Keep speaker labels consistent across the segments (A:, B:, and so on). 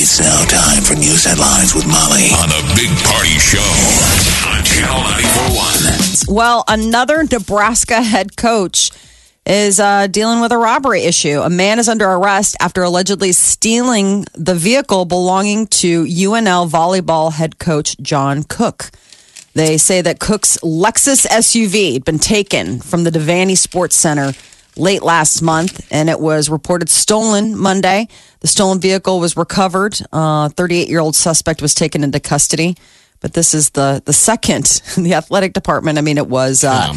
A: It's now time for news headlines with Molly on the Big Party Show on Channel 941.
B: Well, another Nebraska head coach is uh, dealing with a robbery issue. A man is under arrest after allegedly stealing the vehicle belonging to UNL volleyball head coach John Cook. They say that Cook's Lexus SUV had been taken from the Devaney Sports Center late last month, and it was reported stolen Monday. The stolen vehicle was recovered. Uh, 38-year-old suspect was taken into custody. But this is the the second in the athletic department. I mean, it was uh,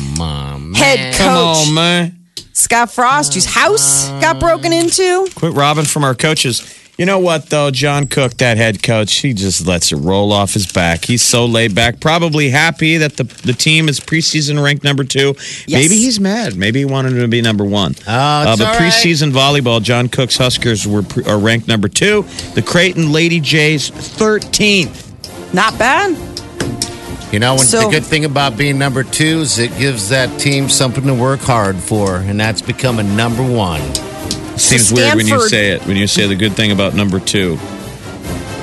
B: head
C: Come
B: coach
C: on, man.
B: Scott Frost, whose house got broken into.
C: Quit robbing from our coaches. You know what, though? John Cook, that head coach, he just lets it roll off his back. He's so laid back, probably happy that the, the team is preseason ranked number two. Maybe he's mad. Maybe he wanted to be number one. Oh, uh, but preseason volleyball, John Cook's Huskers were pre- are ranked number two. The Creighton Lady Jays, 13th.
B: Not bad.
D: You know, when
B: So-
D: the good thing about being number two is it gives that team something to work hard for, and that's becoming number one.
C: Seems weird when you
B: Stanford-
C: say it, when you say the good thing about number two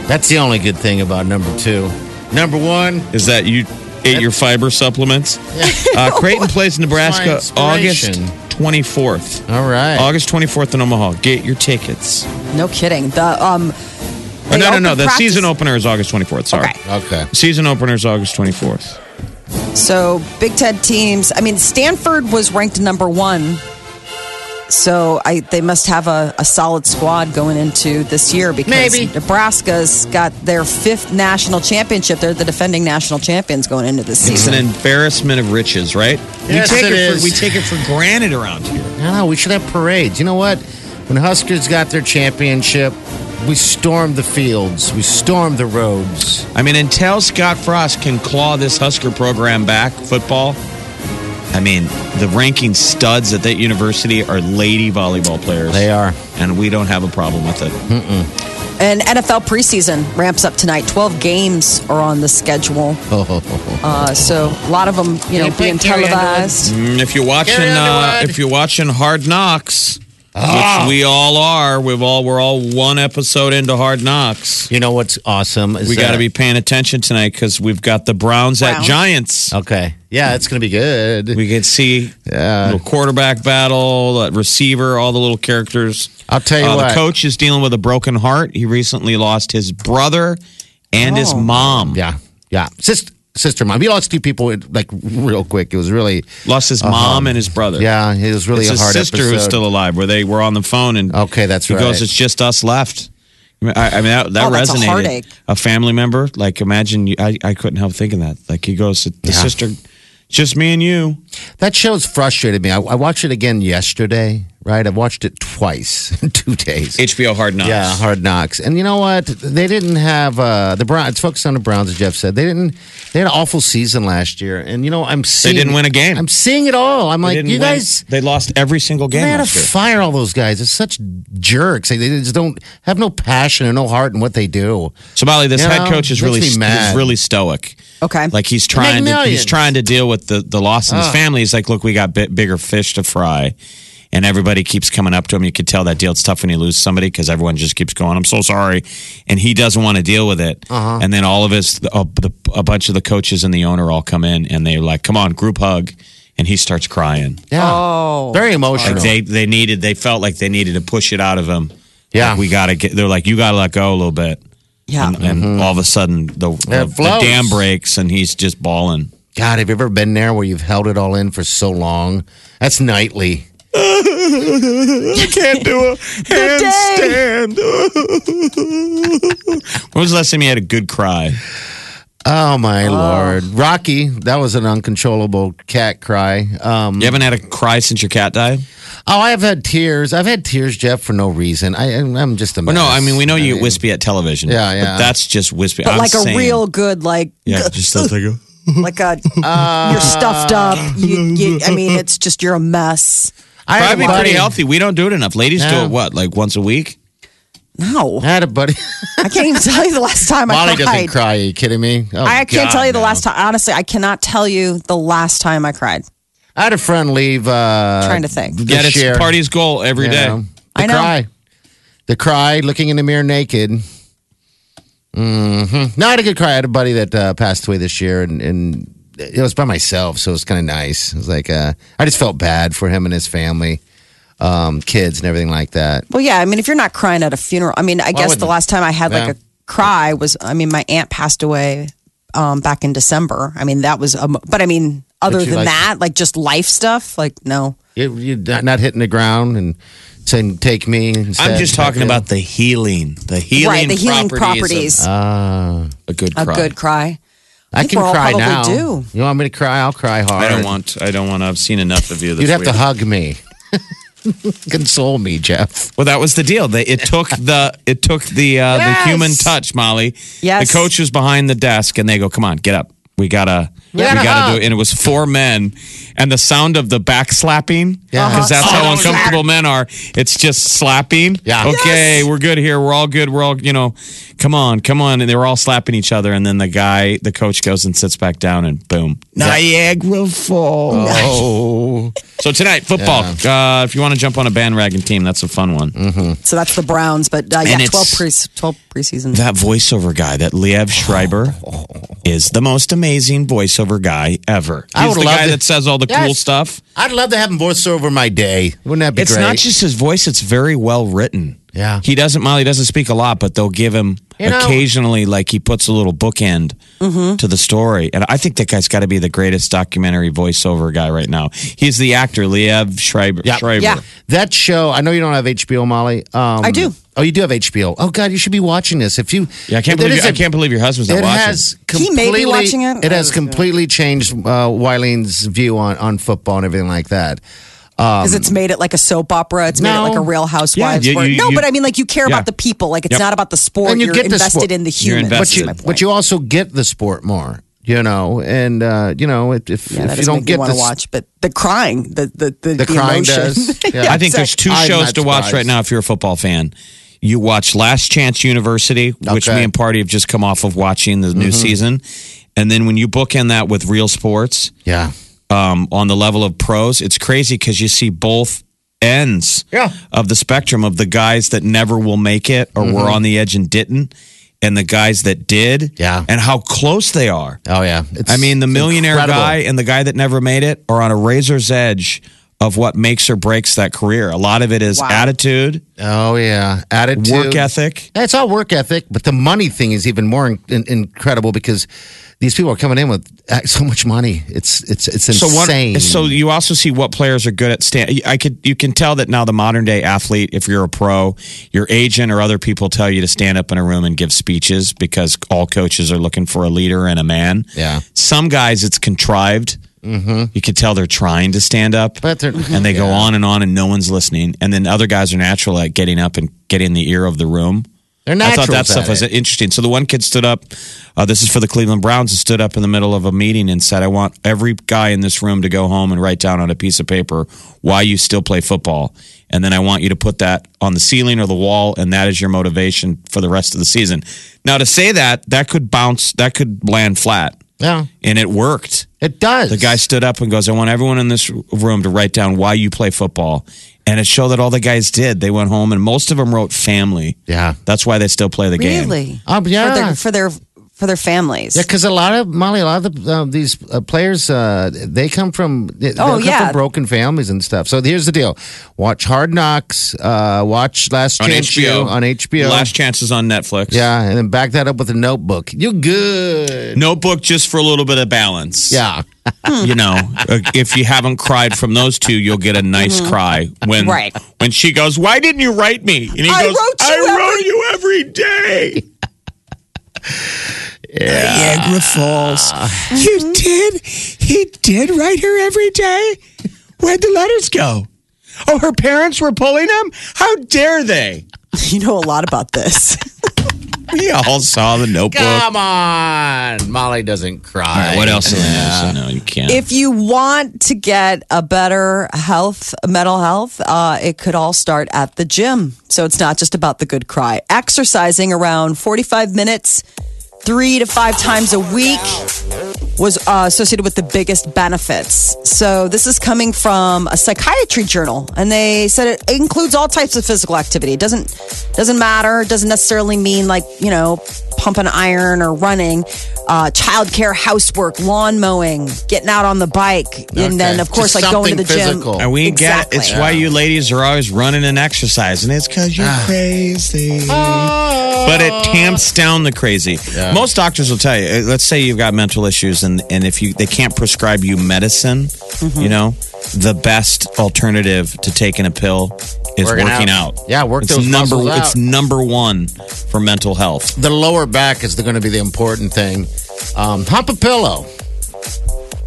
D: That's the only good thing about number two. Number one,
C: is that you ate your fiber supplements. Uh, Creighton plays Nebraska
D: That's my
C: August
D: inspiration.
C: 24th.
D: all right.
C: August 24th in Omaha. Get your tickets.
B: No kidding. The um.
C: Oh, no, no, no. The
B: practice-
C: season opener is August 24th. Sorry.
B: Okay.
D: Okay.
C: Season opener is August 24th.
B: So Big Ten teams. I mean, Stanford was ranked number one. So I, they must have a, a solid squad going into this year because
D: Maybe.
B: Nebraska's got their fifth national championship. They're the defending national champions going into this
C: It's
B: season.
C: an embarrassment of riches, right?
D: Mm-hmm. Yes,
C: we take
D: it
C: For,
D: is.
C: we take it for granted around here.
D: No, Ah, we should have parades. You know what? When Huskers got their championship, we stormed the fields, we stormed the roads.
C: I mean, until Scott Frost can claw this Husker program back, football, I mean, the ranking studs at that university are lady volleyball players.
D: They are. Hmm.
C: And we don't have a problem with it.
B: And NFL preseason ramps up tonight. Twelve games are on the schedule. Uh, so a lot of them, you know,
D: Can't play oh.
B: being
D: Carrie Underwood.
B: televised.
C: Mm, If you're watching,
D: Carrie
C: uh,
D: Underwood.
C: if you're watching Hard Knocks,
D: Ah.
C: which we all are, we've all we're all one episode into Hard Knocks.
D: You know what's awesome? Is
C: We got to
D: that-
C: be paying attention tonight because we've got the Browns, at
B: Browns.
C: Giants.
D: Okay. Yeah, it's going to be good.
C: We can see
D: Yeah.
C: little quarterback battle, uh, receiver, all the little characters.
D: I'll tell you
C: Uh,
D: what.
C: The coach is dealing with a broken heart. He recently lost his brother and his mom.
D: Oh. Yeah. Yeah. Sister, sister mom. We lost two people like real quick. It was really,
C: Lost his mom and his brother.
D: Uh-huh. yeah, it was really
C: it's
D: a
C: his
D: hard
C: sister
D: episode.
C: who's still alive. Where they were on the phone and
D: Okay, that's
C: he
D: right.
C: goes, "It's just us left." I mean, I, I mean that, that
B: Oh, that's a
C: resonated.
B: heartache.
C: A family member, like imagine, you, I I couldn't help thinking that. Like he goes, "The sister, just me and you."
D: That show's frustrated me. I, I watched it again yesterday, right? I watched it twice in two days.
C: HBO Hard Knocks.
D: Yeah, Hard Knocks. And you know what? They didn't have uh, the Browns. It's focused on the Browns, as Jeff said. They didn't. They had an awful season last year, and you know I'm seeing.
C: didn't win a game.
D: I'm seeing it all. I'm
C: They
D: like, you
C: didn't win.
D: guys.
C: they lost every single
D: They
C: game
D: had to
C: last year.
D: fire all those guys. They're such jerks. They, they just don't have no passion and no heart in what they do.
C: So Molly, this
D: You
C: head
D: know,
C: coach is
D: makes
C: really
D: me
C: he's
D: mad.
C: really stoic.
B: Okay.
C: Like he's trying to he's
D: millions.
C: trying to deal with the the loss in his family. He's like, look, we got bit bigger fish to fry, and everybody keeps coming up to him. You could tell that deal. It's tough when you lose somebody because everyone just keeps going. I'm so sorry, and he doesn't want to deal with it. Uh-huh. And then all of his a, the, a bunch of the coaches and the owner all come in and they're like, come on, group hug, and he starts crying.
D: Yeah.
B: Oh.
D: Very emotional.
C: Like they they needed they felt like they needed to push it out of him.
D: Yeah.
C: Like, we got to get. They're like, you got to let go a little bit
B: Yeah.
C: and, and all of a sudden the, the,
D: Mm-hmm. It
C: the
D: flows.
C: dam breaks and he's just bawling.
D: God, have you ever been there where you've held it all in for so long? That's nightly.
C: Can't do a handstand. when was the last time you had a good cry?
D: Oh my lord, Rocky! That was an uncontrollable cat cry. Um,
C: You haven't had a cry since your cat died?
D: Oh, I've had tears. I've had tears, Jeff, for no reason. I, I'm I'm just a.
C: Well, no,
D: mess.
C: I mean, we know you get wispy at television.
D: Yeah, yeah.
C: But that's just wispy.
B: But
C: I'm
B: like
C: saying-
B: a real good, like uh,
C: Yeah, just that thing of-
B: like a you're stuffed up. You, you, I mean, it's just you're a mess.
D: I had a
C: Probably pretty
D: buddy-
C: healthy. We don't do it enough. Ladies do
D: Yeah.
C: it, what, like once a week?
B: No,
D: I had a buddy.
B: I can't even tell you the last time
D: Molly
B: I cried.
D: doesn't cry. Are you kidding me? Oh,
B: I can't
C: God,
B: tell you the
C: no.
B: last time. Honestly, I cannot tell you the last time I cried.
D: I had a friend leave. Uh,
B: Trying to think.
C: Yeah,
D: this
C: it's
D: year.
C: party's goal every
D: You
C: day.
D: know, the
B: I know.
D: cry. The cry, looking in the mirror naked. Mm-hmm. No, I had a good cry. I had a buddy that uh, passed away this year, and, and it was by myself, so it was kind of nice. It was like uh, I just felt bad for him and his family, um, kids, and everything like that.
B: Well, yeah. I mean, if you're not crying at a funeral, I mean, I guess the
D: wouldn't-
B: last time I had like
D: Yeah.
B: a cry was, I mean, my aunt passed away um, back in December. I mean, that was, a, mo- but I mean, other
D: you
B: than
D: like-
B: that, like just life stuff, like no.
D: You, you're not, not hitting the ground and saying, "Take me." Instead.
C: I'm just talking about the healing, the healing,
B: right, the healing
C: properties.
B: properties.
C: of a good
B: a
C: cry.
B: good cry.
D: I
B: think
D: can
B: we're all
D: cry
B: probably
D: now.
B: do.
D: You want me to cry? I'll cry hard.
C: I don't want. I don't want. I've seen enough of you. This
D: You'd have
C: week.
D: to hug me, console me, Jeff.
C: Well, that was the deal. They, it took the it took the uh,
B: Yes.
C: the human touch, Molly.
B: Yes.
C: The coach was behind the desk, and they go, "Come on, get up. We gotta, we
D: gotta
C: gotta do
D: hug."
C: it." And it was four men, and the sound of the back slapping,
D: Yeah.
C: because that's
D: Uh-huh.
C: how
D: Oh, that was
C: uncomfortable men are. It's just slapping.
D: Yeah.
C: Okay, we're good here. We're all good. We're all, you know, come on, come on. And they were all slapping each other, and then the guy, the coach, goes and sits back down, and boom, Niagara Falls.
D: Oh,
C: So tonight, football. Uh, if you want to jump on a bandwagon team, that's a fun one.
B: So that's the Browns, but uh, yeah,
C: And
B: 12,
C: it's-
B: pre- 12 preseason.
C: That voiceover guy, that Liev Schreiber, is the most amazing voiceover guy ever. He's
D: I would
C: the
D: love
C: guy
D: to-
C: that says all the cool
D: Yes.
C: stuff.
D: I'd love to have him voice over my day. Wouldn't that be
C: It's
D: great?
C: not just his voice; it's very well written.
D: Yeah.
C: he doesn't. Molly doesn't speak a lot, but they'll give him
D: You know-
C: occasionally, like he puts a little bookend to the story. And I think that guy's got to be the greatest documentary voiceover guy right now. He's the actor Liev Schreiber.
D: Yeah.
C: Schreiber.
B: Yeah.
D: that show. I know you don't have HBO, Molly. Um,
B: I do.
D: Oh, you do have HBO. Oh God, you should be watching this. If you,
C: Yeah, I can't
D: It
C: believe
D: is
C: you- I
D: a-
C: can't believe your husband's not
D: it
C: watching.
D: Has
B: He may be
D: completely-
B: watching it.
D: It has
B: I-
D: completely changed uh, Wylene's view on on football and everything like that.
B: Because it's made it like a soap opera. It's made it
D: No.
B: like a Real
C: Um,
B: Housewives.
C: Yeah, you-
B: where-
C: you-
B: no,
C: you-
B: but I mean, like you care
C: yeah.
B: about the people. Like it's
C: Yep.
B: not about the sport.
D: And you
B: are
D: get the
B: invested
D: sport.
B: in the
C: You're
B: human.
C: invested.
B: That's
D: but you,
B: my point.
D: but you also get the sport more, you know, and uh, you know if, if,
B: yeah, that
D: if
B: doesn't
D: you
B: make me
D: don't get
B: want
D: the
B: to watch. But the crying, the the the,
D: the crying
B: emotion.
D: does. Yeah.
C: I think there's two
D: I'm
C: shows
D: not
C: to watch
D: surprised.
C: right now if you're a football fan. You watch Last Chance University, which
D: Okay. Mm-hmm.
C: me and Party have just come off of watching the new season. And then when you bookend that with real sports
D: Yeah.
C: um, on the level of pros, it's crazy because you see both ends
D: Yeah.
C: of the spectrum of the guys that never will make it or
D: Mm-hmm.
C: were on the edge and didn't, and the guys that did,
D: Yeah.
C: and how close they are.
D: Oh yeah. It's
C: I mean, the millionaire
D: incredible.
C: guy and the guy that never made it are on a razor's edge of what makes or breaks that career. A lot of it is attitude,
D: Oh yeah. Attitude.
C: work ethic.
D: It's all work ethic, but the money thing is even more in, in, incredible because these people are coming in with uh, so much money. It's it's it's insane.
C: what? So you also see what players are good at. Stand. I could. You can tell that now the modern day athlete, if you're a pro, your agent or other people tell you to stand up in a room and give speeches because all coaches are looking for a leader and a man.
D: Yeah.
C: Some guys, it's contrived. Mm-hmm. You could tell they're trying to stand up,
D: But they're-
C: and they go on and on, and no one's listening. And then other guys are natural at getting up and getting in the ear of the room.
D: They're
C: I thought that
D: naturals
C: stuff
D: at
C: was
D: it.
C: interesting. So the one kid stood up. Uh, this is for the Cleveland Browns. And stood up in the middle of a meeting and said, "I want every guy in this room to go home and write down on a piece of paper why you still play football, and then I want you to put that on the ceiling or the wall, and that is your motivation for the rest of the season." Now, to say that that could bounce, that could land flat,
D: yeah,
C: and it worked.
D: it does.
C: The guy stood up and goes, I want everyone in this room to write down why you play football. And it showed that all the guys did. They went home and most of them wrote family.
D: Yeah.
C: That's why they still play the game.
B: Really?
D: Oh, yeah.
B: For their for their for their families.
D: Yeah, because a lot of Molly, a lot of the, uh, these uh, players, uh, they come from they, they'll
B: Oh,
D: come
B: yeah.
D: from broken families and stuff. So here's the deal: watch Hard Knocks, uh, watch Last
C: On
D: Chance
C: HBO.
D: U on HBO.
C: Last chances on Netflix.
D: yeah, and then back that up with a Notebook. You're good.
C: Notebook just for a little bit of balance.
D: Yeah,
B: Hmm.
C: You know, uh, if you haven't cried from those two, you'll get a nice cry when
B: Mm-hmm. Right.
C: when she goes, "Why didn't you write me?" And he
B: I
C: goes,
B: wrote you
C: "I wrote you every day."
E: Niagara Falls.
C: Ah.
E: You did? He did write her every day? Where'd the letters go?
C: Oh, her parents were pulling them? How dare they?
E: You know a lot about this.
C: We all saw the notebook.
D: Come on. Molly doesn't cry.
C: All right, what else is there? No, you can't.
B: If you want to get a better health, mental health, uh, it could all start at the gym. So it's not just about the good cry. Exercising around 45 minutes, three to five times a week, was uh, associated with the biggest benefits. So this is coming from a psychiatry journal, and they said it includes all types of physical activity. It doesn't doesn't matter. It doesn't necessarily mean like you know pumping iron or running, uh, childcare, housework, lawn mowing, getting out on the bike, and then
D: Okay.
B: of course
D: Just
B: like going to the
D: something physical.
B: gym.
C: and we ain't got it.
B: Exactly.
C: It's why you ladies are always running and exercising. It's because you're crazy. But it tamps down the crazy. Most doctors will tell you. uh, Let's say you've got mental issues, and and if you they can't prescribe you medicine, you know, the best alternative to taking a pill is
D: Working
C: working,
D: out.
C: out.
D: Yeah, work
C: it's
D: those
C: number.
D: muscles out.
C: It's number one for mental health.
D: The lower back is going to be the important thing. Um, hump a pillow.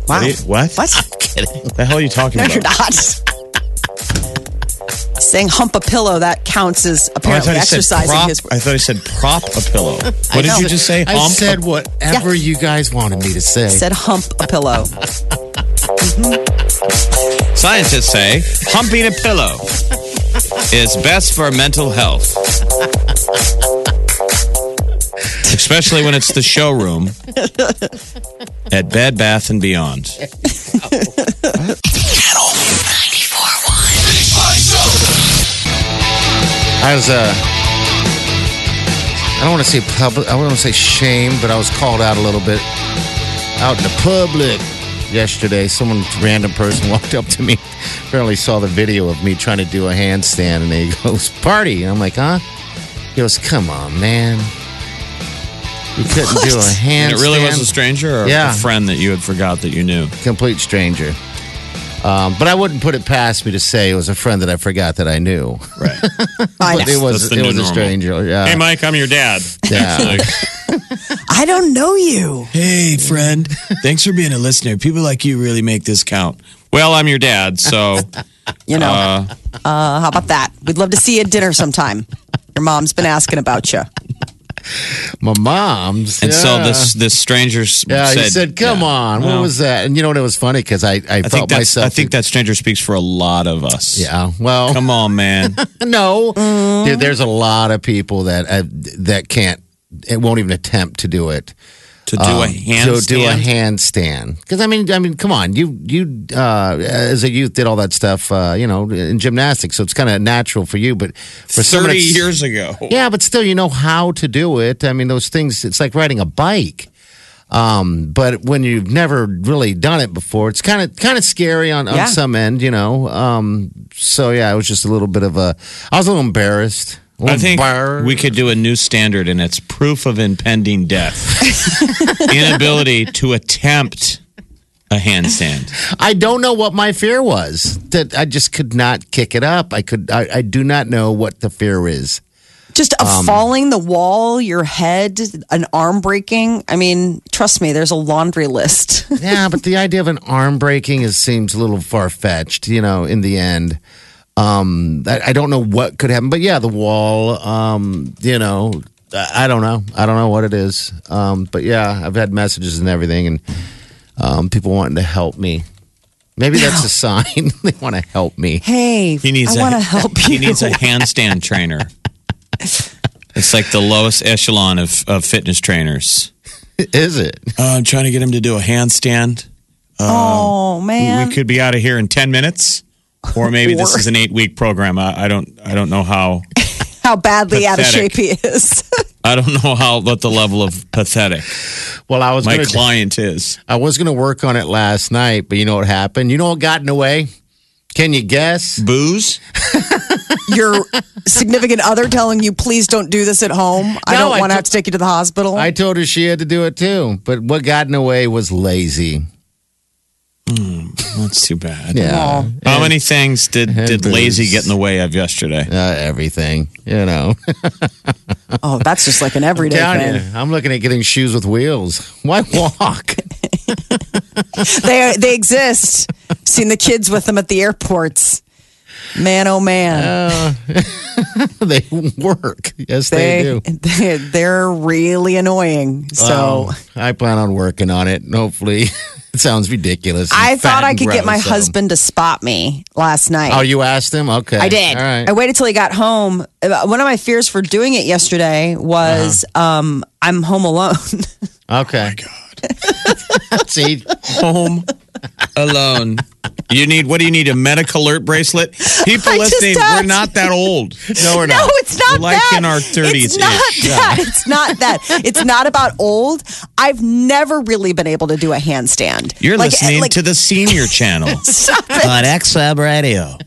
C: What? do you- What?
B: What?
C: the hell are you talking
B: No,
C: about?
B: you're not. Saying hump a pillow that counts as
C: Oh, I
B: apparently
C: thought he said
B: exercising
C: prop.
B: his.
C: I thought he said prop a pillow. What did
B: know.
C: you just say?
D: I
C: Hump a
D: said whatever you guys wanted me to say.
B: said hump a pillow.
C: Scientists say humping a pillow is best for mental health. Especially when it's the showroom at Bed Bath and Beyond.
D: I was, uh, I don't want to say public, I don't want to say shame, but I was called out a little bit out in the public yesterday. Someone, random person, walked up to me, apparently saw the video of me trying to do a handstand, and he goes, Party. And I'm like, Huh? He goes, Come on, man. You couldn't do a handstand.
C: And it really was a stranger or
D: Yeah.
C: a friend that you had forgot that you knew.
D: complete stranger. Um, but I wouldn't put it past me to say it was a friend that I forgot that I knew.
C: Right.
B: I
D: But
B: know.
D: it was
C: That's the
D: it
C: new
D: was a
C: normal.
D: stranger. Yeah.
C: hey, Mike, I'm your dad.
D: Yeah.
C: Like,
B: I don't know you.
C: hey, friend. Thanks for being a listener. People like you really make this count. Well, I'm your dad, so
B: You know.
C: uh,
B: Uh, how about that? We'd love to see you at dinner sometime. Your mom's been asking about you.
D: My mom's.
C: and so
D: yeah.
C: this this stranger s-
D: Yeah,
C: said,
D: he said, "Come
C: Yeah.
D: on, what
C: Well,
D: was that?" And you know what? It was funny because I,
C: I
D: I, felt
C: think that's,
D: myself.
C: I think that stranger speaks for a lot of us.
D: Yeah. Well,
C: Come Mm-hmm. on, man.
D: no, Dude, there's a lot of people that uh, that can't, it won't even attempt to do it.
C: To do a handstand.
D: So Um, do a handstand because I mean, I mean, come on, you you uh, as a youth did all that stuff, uh, you know, in gymnastics, so it's kind of natural for you. But for someone
C: Thirty
D: that's-
C: years ago.
D: yeah, but still, you know how to do it. I mean, those things. It's like riding a bike. Um, but when you've never really done it before, it's kind of kind of scary on,
B: Yeah.
D: on some end, you know. Um, so yeah, it was just a little bit of a. I was a little embarrassed. A
C: I
D: little
C: think
D: embarrassed.
C: we could do a new standard, and it's proof of impending death, inability to attempt a handstand.
D: I don't know what my fear was. That I just could not kick it up. I could. I, I do not know what the fear is.
B: Just a
C: Um,
B: falling the wall, your head, an arm breaking. I mean, trust me, there's a laundry list.
D: Yeah, but the idea of an arm breaking is seems a little far fetched. You know, in the end, um, I, I don't know what could happen. But yeah, the wall. Um, you know, I, I don't know. I don't know what it is. Um, but yeah, I've had messages and everything, and um, people wanting to help me. Maybe that's a sign they want to help me.
B: hey,
C: He needs.
B: I
C: a-
B: want to help
C: He
B: you.
C: needs a handstand trainer. It's like the lowest echelon of, of fitness trainers.
D: Is it?
C: Uh, I'm trying to get him to do a handstand.
B: oh, man.
C: we could be out of here in 10 minutes or maybe this
B: Or-
C: is an eight week program I, I don't i don't know how
B: how badly out of shape
C: Pathetic.
B: he is.
C: i don't know how what the level of pathetic
D: Well, I was
C: my
D: gonna-
C: client is
D: I was going to work on it last night, but you know what happened? You know what got in the way? Can you guess?
C: booze
B: your significant other telling you, please don't do this at home. I
D: No,
B: don't
D: I
B: want to
D: do-
B: have to take you to the hospital.
D: I told her she had to do it too, but what got in the way was lazy.
C: That's too bad.
D: Yeah.
B: Oh,
C: How many things did, did
D: Hamburgers.
C: lazy get in the way of yesterday?
D: Uh, everything, you know.
B: Oh, that's just like an everyday
D: Telling
B: thing.
D: you, I'm looking at getting shoes with wheels. Why walk?
B: They they exist. Seen the kids with them at the airports. Man, oh man,
D: they work. Yes, they,
B: they,
D: do.
B: they they're really annoying. So.
D: Oh, I plan on working on it. And hopefully, it sounds ridiculous.
B: I
D: I'm
B: thought
D: fat
B: I
D: and
B: could get
D: gross,
B: my
D: so-
B: husband to spot me last night.
D: Oh, you asked him? Okay.
B: I did.
D: All right.
B: I waited till he got home. Uh, One of my fears for doing it yesterday was
D: Uh-huh.
B: um, I'm home alone.
D: okay. Oh, God. See,
C: Home alone. You need what do you need? A medical alert bracelet? People
B: I just
C: listening, we're
B: asked.
C: not that old.
D: no, we're
B: no,
D: not.
B: it's not
C: Like
B: that.
C: in our 30s
B: It's not that. It's not that. It's not about old. I've never really been able to do a handstand.
C: You're
B: Like-
C: listening
B: like,
C: to the senior channel
B: Stop it.
C: on XM Radio.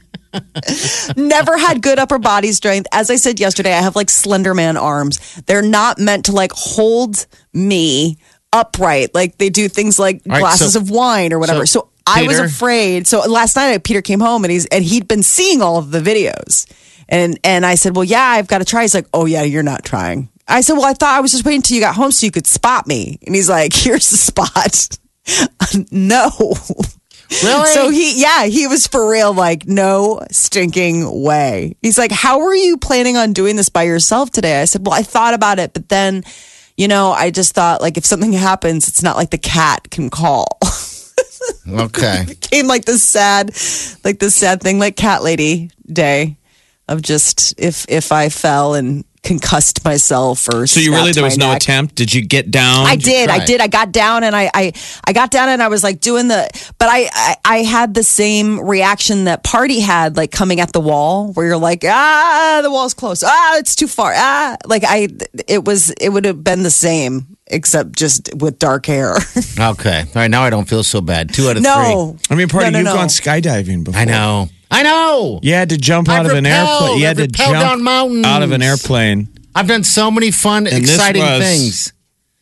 B: never had good upper body strength. As I said yesterday, I have like slender man arms. They're not meant to like hold me upright. Like they do things like
D: right,
B: glasses
D: so-
B: of wine or whatever.
D: so,
B: So, I was
D: Peter-
B: afraid. So last night Peter came home and he's and he'd been seeing all of the videos. And and I said, "Well, yeah, I've got to try." He's like, "Oh yeah, you're not trying." I said, "Well, I thought I was just waiting till you got home so you could spot me." And he's like, "Here's the spot." no.
D: Really?
B: So he, yeah, he was for real, like, no stinking way. He's like, How are you planning on doing this by yourself today? I said, Well, I thought about it, but then, you know, I just thought, like, if something happens, it's not like the cat can call.
D: okay.
B: Came like this sad, like this sad thing, like cat lady day of just if, if I fell and concussed myself or
C: So you really
B: snapped
C: there was
B: my
C: no
B: neck.
C: attempt? Did you get down?
B: I did. I
D: try?
B: did. I got down and I, I, I got down and I was like doing the, but I, I, I had the same reaction that party had, like coming at the wall where you're like, ah, the wall's close. Ah, it's too far. Ah, like I, it was, it would have been the same except just with dark hair.
D: Okay. All right. Now I don't feel so bad. Two out of
B: no.
C: I mean, party,
B: No, no,
C: you've
B: no.
C: gone skydiving before.
D: three. I know. I know.
C: You had to jump
D: I've
C: out of an
D: rappelled.
C: airplane. You had
D: I've
C: to
D: rappelled
C: jump
D: down mountains.
C: out of an airplane.
D: I've done so many fun,
C: And this
D: exciting
C: was-
D: things.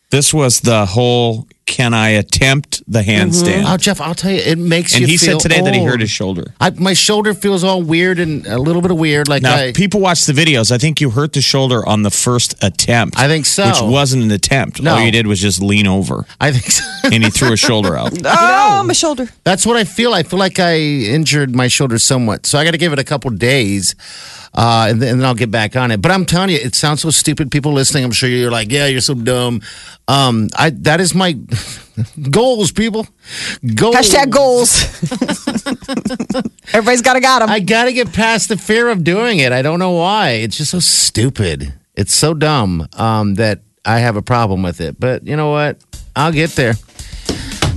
C: This was the whole can I attempt the handstand?
D: Oh, Jeff, I'll tell you, it makes
C: And
D: you.
C: he said
D: feel
C: today that he hurt
D: old.
C: his shoulder.
D: I, my shoulder feels all weird and a little bit of weird. Like
C: Now,
D: I,
C: if people watch the videos. I think you hurt the shoulder on the first attempt.
D: I think so.
C: Which wasn't an attempt.
D: No.
C: All you did was just lean over
D: I think so.
C: and he threw his shoulder out.
B: Oh, my shoulder.
D: that's what I feel. I feel like I injured my shoulder somewhat, so I got to give it a couple days, uh, and, then, and then I'll get back on it. But I'm telling you, it sounds so stupid. People listening, I'm sure you're like, "Yeah, you're so dumb." Um, I that is my goals, people. Goals.
B: Hashtag goals. Everybody's got to got them.
D: I got to get past the fear of doing it. I don't know why. It's just so stupid. It's so dumb um, that I have a problem with it. But you know what? I'll get there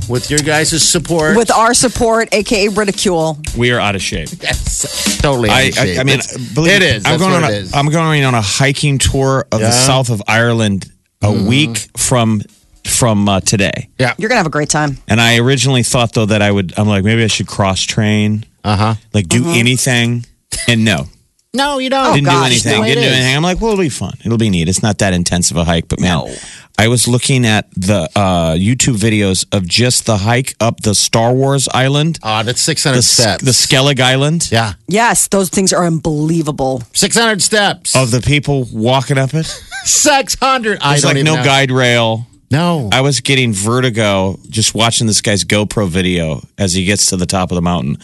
D: with your guys' support.
B: with our support, aka ridicule.
C: We are out of shape.
D: yes, totally.
C: I,
D: out of
C: I,
D: shape.
C: I mean,
D: It's-
C: believe
D: it
C: me,
D: is.
C: I'm
D: That's
C: going
D: what
C: on.
D: it is.
C: A, I'm going on a hiking tour of the
D: Yeah. Mm-hmm.
C: south of Ireland a week from from uh, today.
D: yeah.
B: You're gonna have a great time.
C: And I originally thought though that I would. I'm like maybe I should cross train,
D: Uh huh.
C: like do anything, and no,
D: No, you don't.
C: didn't do
B: gosh,
C: anything.
D: Oh, no, it
C: didn't do
D: is.
C: anything. I'm like, well, it'll be fun. It'll be neat. It's not that intense of a hike, but man, I was looking at the uh, YouTube videos of just the hike up the Star Wars Island,
D: Oh, that's
C: the
D: 600
C: S-
D: steps.
C: the Skellig Island,
D: yeah.
B: Yes, those things are unbelievable.
D: 600 steps.
C: of the people walking up it.
D: 600. I
C: Oh. There's
D: don't
C: like
D: even
C: no
D: know.
C: guide rail.
D: No.
C: I was getting vertigo just watching this guy's GoPro video as he gets to the top of the mountain.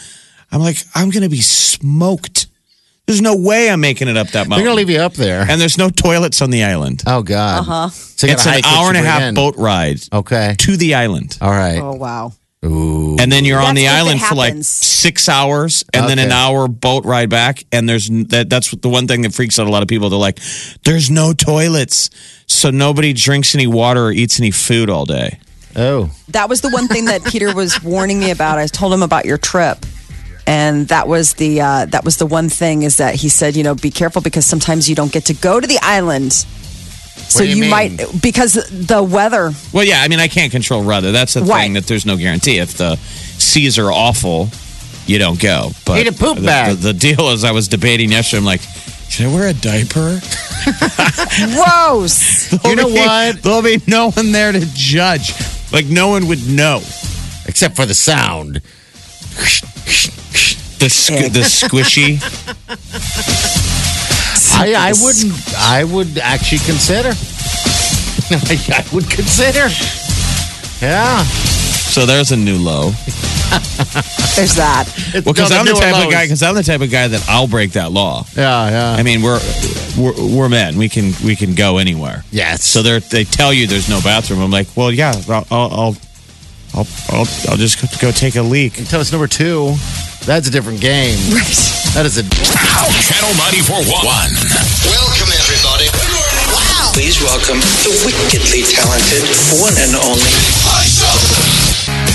C: I'm like, I'm going to be smoked. There's no way I'm making it up that
D: They're
C: mountain.
D: going to leave you up there.
C: and there's no toilets on the island.
D: oh, God. Uh huh. So you
C: it's
D: gotta
C: an
D: hike what
C: hour
D: you
C: and a
D: bring
C: half
D: in.
C: boat ride
D: Okay.
C: to the island.
D: All right.
B: Oh wow.
C: And then you're on
B: That's
C: the
B: if it
C: island for like
B: happens.
C: six hours and then an
D: Okay.
C: hour boat ride back. And there's n- that, that's the one thing that freaks out a lot of people. They're like, there's no toilets. So nobody drinks any water or eats any food all day.
D: Oh.
B: That was the one thing that Peter was warning me about. I told him about your trip. And that was the uh, that was the one thing is that he said, you know, be careful because sometimes you don't get to go to the island. So
D: do you mean?
B: might because the weather.
C: Well, yeah, I mean, I can't control weather. That's the thing
B: Right.
C: that there's no guarantee. If the seas are awful, you don't go. But
D: Need a poop
C: the,
D: bag.
C: The, the deal is, I was debating yesterday. I'm like, should I wear a diaper?
B: Gross.
D: You know
C: There'll be-
D: what?
C: There'll be no one there to judge. Like no one would know.
D: except for the sound.
C: The, squ- the squishy.
D: I, I wouldn't. I would actually consider. I, I would consider. Yeah.
C: So there's a new low.
B: There's that.
C: Well, because
D: No,
C: I'm the
D: newer
C: type of
D: lows.
C: guy. Because I'm the type of guy that I'll break that law.
D: Yeah, yeah.
C: I mean, we're we're, we're men. We can we can go anywhere.
D: Yes.
C: So they they tell you there's no bathroom. I'm like, well, yeah, I'll I'll I'll, I'll, I'll, I'll just go- go take a leak.
D: Tell us number two. That's a different game. That is a.
A: Channel 941.
F: Welcome, everybody. Wow. Please welcome the wickedly talented one and only.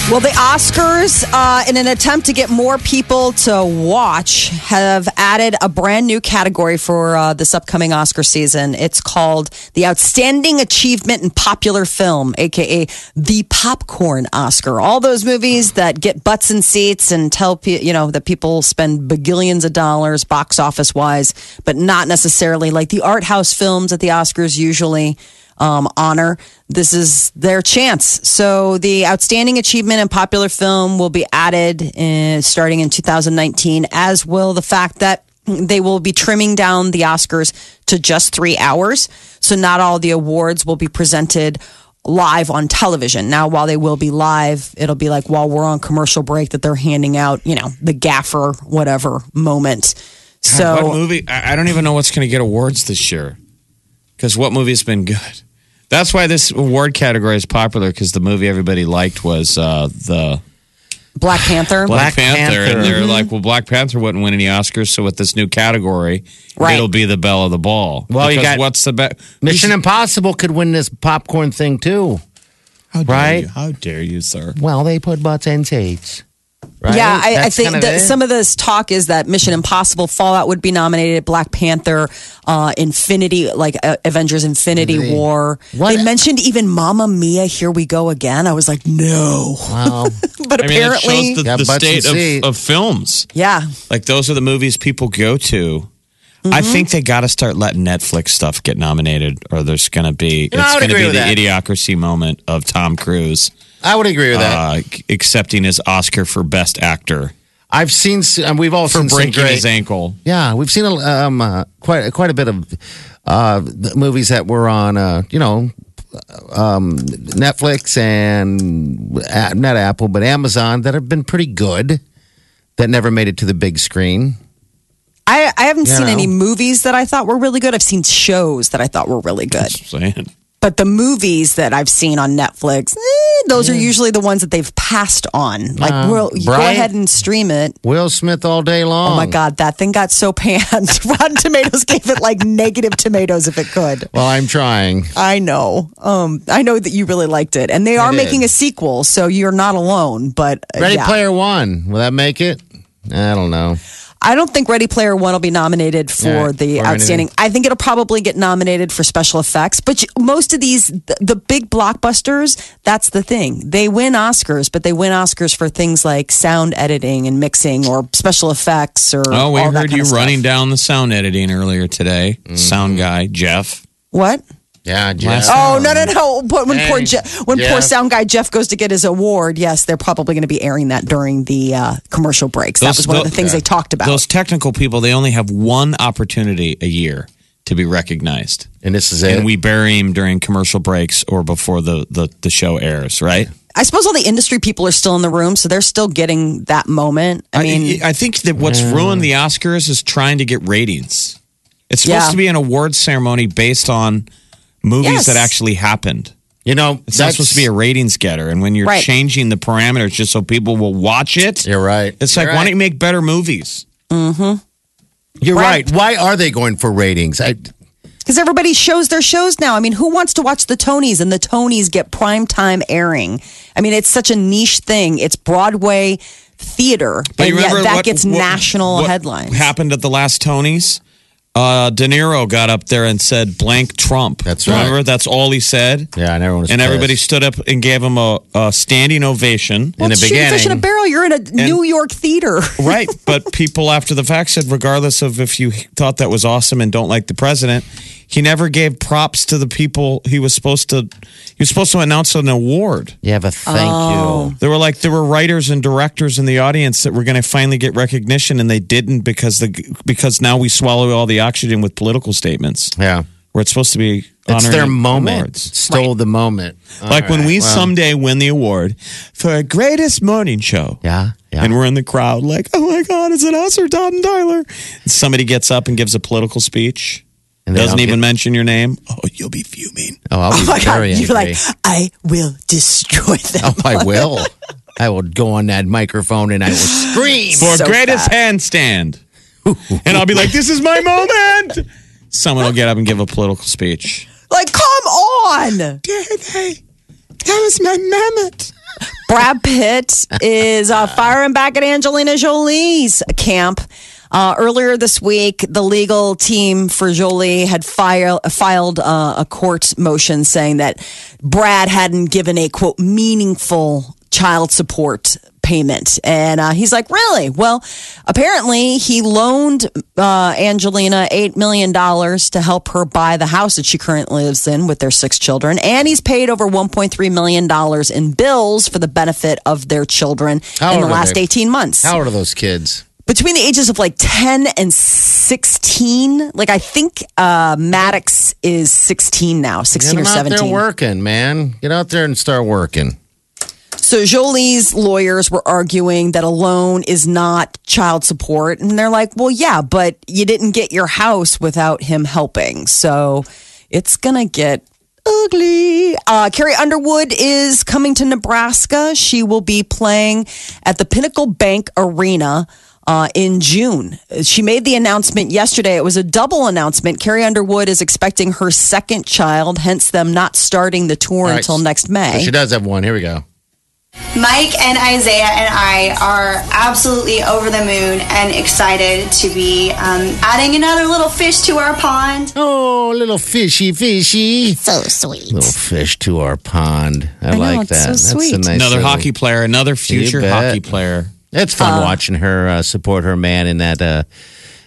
B: Well, the Oscars, uh, in an attempt to get more people to watch, have added a brand new category for uh, this upcoming Oscar season. It's called the Outstanding Achievement in Popular Film, aka the Popcorn Oscar. All those movies that get butts in seats and tell pe- you know that people spend bagillions of dollars box office wise, but not necessarily like the art house films at the Oscars usually um, honor. This is their chance. So the outstanding achievement in popular film will be added uh, starting in 2019, as will the fact that they will be trimming down the Oscars to just three hours. So not all the awards will be presented live on television. Now, while they will be live, it'll be like while we're on commercial break that they're handing out, you know, the gaffer, whatever moment. So
C: what movie? I, I don't even know what's going to get awards this year. Because what movie's been good? That's why this award category is popular. Because the movie everybody liked was uh, the
B: Black Panther.
C: Black, Panther,
D: Panther. Mm-hmm.
C: and they're like, well, Black Panther wouldn't win any Oscars, so with this new category,
B: Right.
C: it'll be the bell of the ball.
D: Well, you
C: Because
D: got-
C: what's the best?
D: Mission Impossible could win this popcorn thing too.
C: How dare
D: Right?
C: you? How dare you, sir?
D: Well, they put butts in seats. Right?
B: Yeah, I, I
D: That's
B: think
D: kind of
B: that
D: it.
B: some of this talk is that Mission Impossible, Fallout would be nominated, Black Panther, uh, Infinity, like uh, Avengers Infinity, War.
D: What-
B: They mentioned even Mamma Mia, Here We Go Again. I was like, no.
D: Wow.
B: But
C: I mean, it
B: apparently,
C: shows the,
D: Yeah,
C: the
D: butts in
C: state of,
D: seat.
C: of films.
B: yeah.
C: Like, those are the movies people go to. I
D: Mm-hmm.
C: think they got to start letting Netflix stuff get nominated, or there's going to be
D: You know, I
C: it's
D: would
C: going to
D: agree
C: be the
D: with that.
C: idiocracy moment of Tom Cruise
D: I would agree with that.
C: uh, accepting his Oscar for Best Actor
D: I've seen. s- And we've all
C: for
D: seen some
C: breaking
D: great-
C: his ankle.
D: Yeah, we've seen um, uh, quite quite a bit of uh, the movies that were on, uh, you know, um, Netflix and uh, not Apple, but Amazon that have been pretty good that never made it to the big screen.
B: I, I haven't
D: You
B: seen
D: know.
B: any movies that I thought were really good. I've seen shows that I thought were really good.
C: Saying.
B: But the movies that I've seen on Netflix, eh, those are usually the ones that they've passed on. Like, we'll, go
D: Brian-
B: ahead and stream it.
D: Will Smith all day long.
B: Oh my God, that thing got so panned. Rotten Tomatoes gave it like negative tomatoes if it could.
D: Well, I'm trying.
B: I know. Um, I know that you really liked it. And they are
D: did.
B: making a sequel, so you're not alone. But uh,
D: Ready
B: yeah.
D: Player One. Will that make it? I don't know.
B: I don't think Ready Player One will be nominated for
D: Yeah,
B: the
D: or
B: outstanding. I think it'll probably get nominated for special effects. But you- most of these, th- the big blockbusters, that's the thing. They win Oscars, but they win Oscars for things like sound editing and mixing or special effects or.
C: Oh, we
B: all that
C: heard
B: kind
C: you
B: of stuff.
C: running down the sound editing earlier today. Sound guy, Jeff.
B: What?
D: Yeah,
C: Last-
D: Jeff.
B: Oh no no
C: Um,
B: no! But when poor
D: Hey,
B: Jeff, when poor
D: Jeff.
B: sound guy Jeff goes to get his award, yes, they're probably going to be airing that during the uh, commercial breaks. that
C: Those-
B: was one of the
C: tho-
B: things they talked about.
C: Those technical people, they only have one opportunity a year to be recognized.
D: And this is it.
C: And we bury him during commercial breaks or before the, the, the show airs, right?
B: I suppose all the industry people are still in the room, so they're still getting that moment. I mean, Mm.
C: I, I think that what's ruined the Oscars is trying to get ratings. It's supposed
B: Yeah.
C: to be an award ceremony based on movies
B: Yes.
C: that actually happened.
D: you know,
C: It's not supposed to be a ratings getter. And when you're
B: Right.
C: changing the parameters just so people will watch it,
D: You're right.
C: it's
D: You're
C: like, why
D: right.
C: don't you make better movies?
D: You're
B: Right.
D: right. Why are they going for ratings? I,
B: because everybody shows their shows now. I mean, who wants to watch the Tonys and the Tonys get prime time airing? I mean, it's such a niche thing. It's Broadway theater,
C: But you
B: and yet
C: remember
B: that
C: what-
B: gets
C: what-
B: national
C: what
B: headlines.
C: Happened at the last Tonys. Uh, De Niro got up there and said "blank Trump."
D: That's right.
C: remember that's all he said.
D: yeah, and everyone was
C: and everybody
D: pissed.
C: stood up and gave him a, a standing ovation.
B: well,
D: in
B: it's
D: the
B: shooting fish in a
D: beginning-
B: barrel. You're in a New York theater.
C: right, but people after the fact said, regardless of if you thought that was awesome and don't like the president, He never gave props to the people he was supposed to. He was supposed to announce an award.
D: You have a thank
B: Oh.
D: you.
C: There were like there were writers and directors in the audience that were going to finally get recognition, and they didn't because the because now we swallow all the oxygen with political statements.
D: Yeah.
C: Where it's supposed to be
D: It's their
C: honoring
D: moment.
C: awards.
D: Stole the moment. All
C: like when
D: right,
C: we
D: well,
C: someday win the award for greatest morning show.
D: Yeah. Yeah.
C: And we're in the crowd, like, oh my God, is it us or Todd and Tyler? And somebody gets up and gives a political speech,
D: And they
C: doesn't
D: don't
C: even
D: get-
C: mention your name. Oh, you'll be fuming.
D: Oh, I'll be very angry.
B: You're like, I will destroy them.
D: oh, I will. I will go on that microphone and I will scream.
C: For
B: So
C: greatest handstand. and I'll be like, this is my moment. Someone will get up and give a political speech.
B: Like, come on.
E: Hey, that was my mammoth.
B: Brad Pitt is uh, firing back at Angelina Jolie's camp. Uh, earlier this week, the legal team for Jolie had file, filed uh, a court motion saying that Brad hadn't given a quote meaningful child support payment. And uh, he's like, really? Well, apparently he loaned uh, Angelina $8 million to help her buy the house that she currently lives in with their six children. And he's paid over $1.3 million in bills for the benefit of their children
D: How
B: in the
D: old are
B: last
D: they?
B: 18 months.
D: How old are those kids?
B: Between the ages of like 10 and 16, like I think uh, Maddox is 16 now,
D: Get
B: 16
D: them
B: or
D: out
B: 17.
D: there working, man. Get out there and start working.
B: So Jolie's lawyers were arguing that a loan is not child support. And they're like, well, yeah, but you didn't get your house without him helping. So it's going to get ugly. Uh, Carrie Underwood is coming to Nebraska. She will be playing at the Pinnacle Bank Arena. Uh, in June, she made the announcement yesterday. It was a double announcement. Carrie Underwood is expecting her second child, hence them not starting the tour
D: All right.
B: until next May.
D: So she does have one. Here we go.
G: Mike and Isaiah and I are absolutely over the moon and excited to be um, adding another little fish to our pond.
D: Oh, little fishy, fishy.
H: So sweet.
D: Little fish to our pond. I,
B: know,
D: like
B: it's
D: that.
B: so
D: That's
B: sweet.
D: a nice
C: Another
D: little-
C: hockey player, another future
D: bet.
C: hockey player.
D: It's fun watching her uh, support her man in that uh,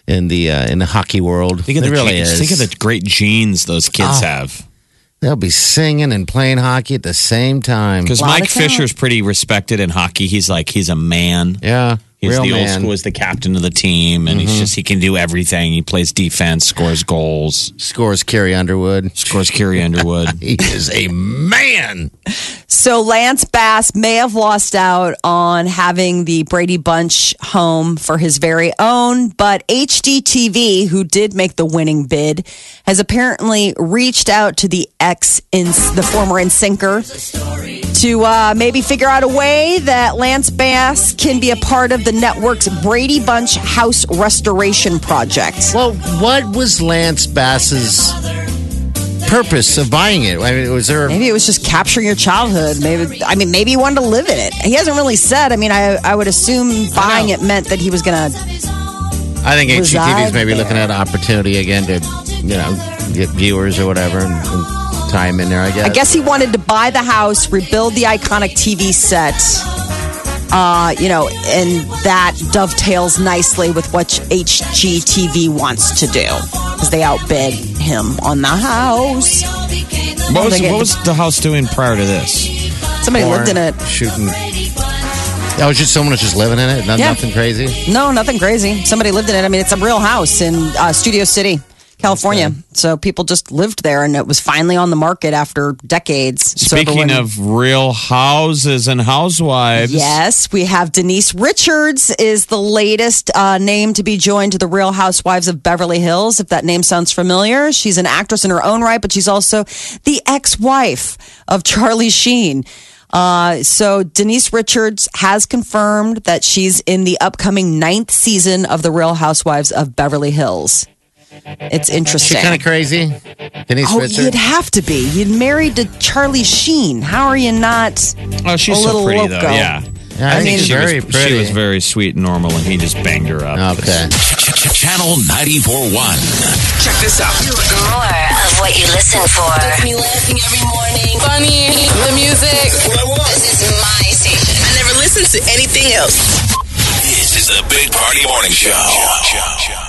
D: in the uh, in the hockey world.
C: Think of,
D: it
C: the
D: really
C: ge-
D: is. Oh.
C: think of the great genes those kids have.
D: They'll be singing and playing hockey at the same time.
C: Because
B: Lot
C: Mike
B: of talent.
C: Fisher's pretty respected in hockey. He's like, he's a man.
D: Yeah,
C: He's
D: real
C: the old
D: man.
C: school. He's the captain of the team, and he's just he can do everything. He plays defense, scores goals,
D: Scores Carrie Underwood.
C: scores Carrie Underwood.
D: He is a man.
B: So Lance Bass may have lost out on having the Brady Bunch home for his very own, but HDTV, who did make the winning bid, has apparently reached out to the ex, in, the former Insinker, to uh, maybe figure out a way that Lance Bass can be a part of the network's Brady Bunch House Restoration Project.
D: Well, what was Lance Bass's purpose of buying it? I mean, was there?
B: Maybe it was just capturing your childhood. Maybe I mean, maybe he wanted to live in it. He hasn't really said. I mean, I I would assume buying it meant that he was gonna.
D: I think HGTV is
B: reside
D: maybe
B: there.
D: looking at an opportunity again to, you know, get viewers or whatever and, and tie him in there. I guess.
B: I guess he wanted to buy the house, rebuild the iconic TV set. Uh, you know, and that dovetails nicely with what HGTV wants to do because they outbid him on the house.
C: what was
B: they get-
C: what was the house doing prior to this?
B: Somebody
D: Porn,
B: lived in it.
D: Shooting. That was just someone was just living in it. Not,
B: Yeah.
D: Nothing crazy.
B: No, nothing crazy. Somebody lived in it. I mean, it's a real house in uh, Studio City, California. So people just lived there, and it was finally on the market after decades. So
C: Speaking
B: everyone-
C: of real houses and housewives,
B: Yes, we have Denise Richards is the latest uh, name to be joined to the Real Housewives of Beverly Hills. If that name sounds familiar, she's an actress in her own right, but she's also the ex-wife of Charlie Sheen. Uh, so Denise Richards has confirmed that she's in the upcoming ninth season of the Real Housewives of Beverly Hills. It's interesting.
D: Kind of crazy. Denise
B: Oh,
D: Richards.
B: you'd have to be. You'd married to Charlie Sheen. How are you not?
C: oh, she's
B: A
C: so
B: little
C: pretty though.
B: loco.
C: Yeah,
D: Yeah, I think she's
C: she
D: very
C: was,
D: pretty.
C: She was very sweet and normal, and he just banged her up.
D: Okay.
A: Channel 94.1.
F: Check this out.
H: More of what you listen for.
I: me laughing every morning. Funny. The music. This is my station. I never listen to anything else.
A: This is the Big Party Morning Show.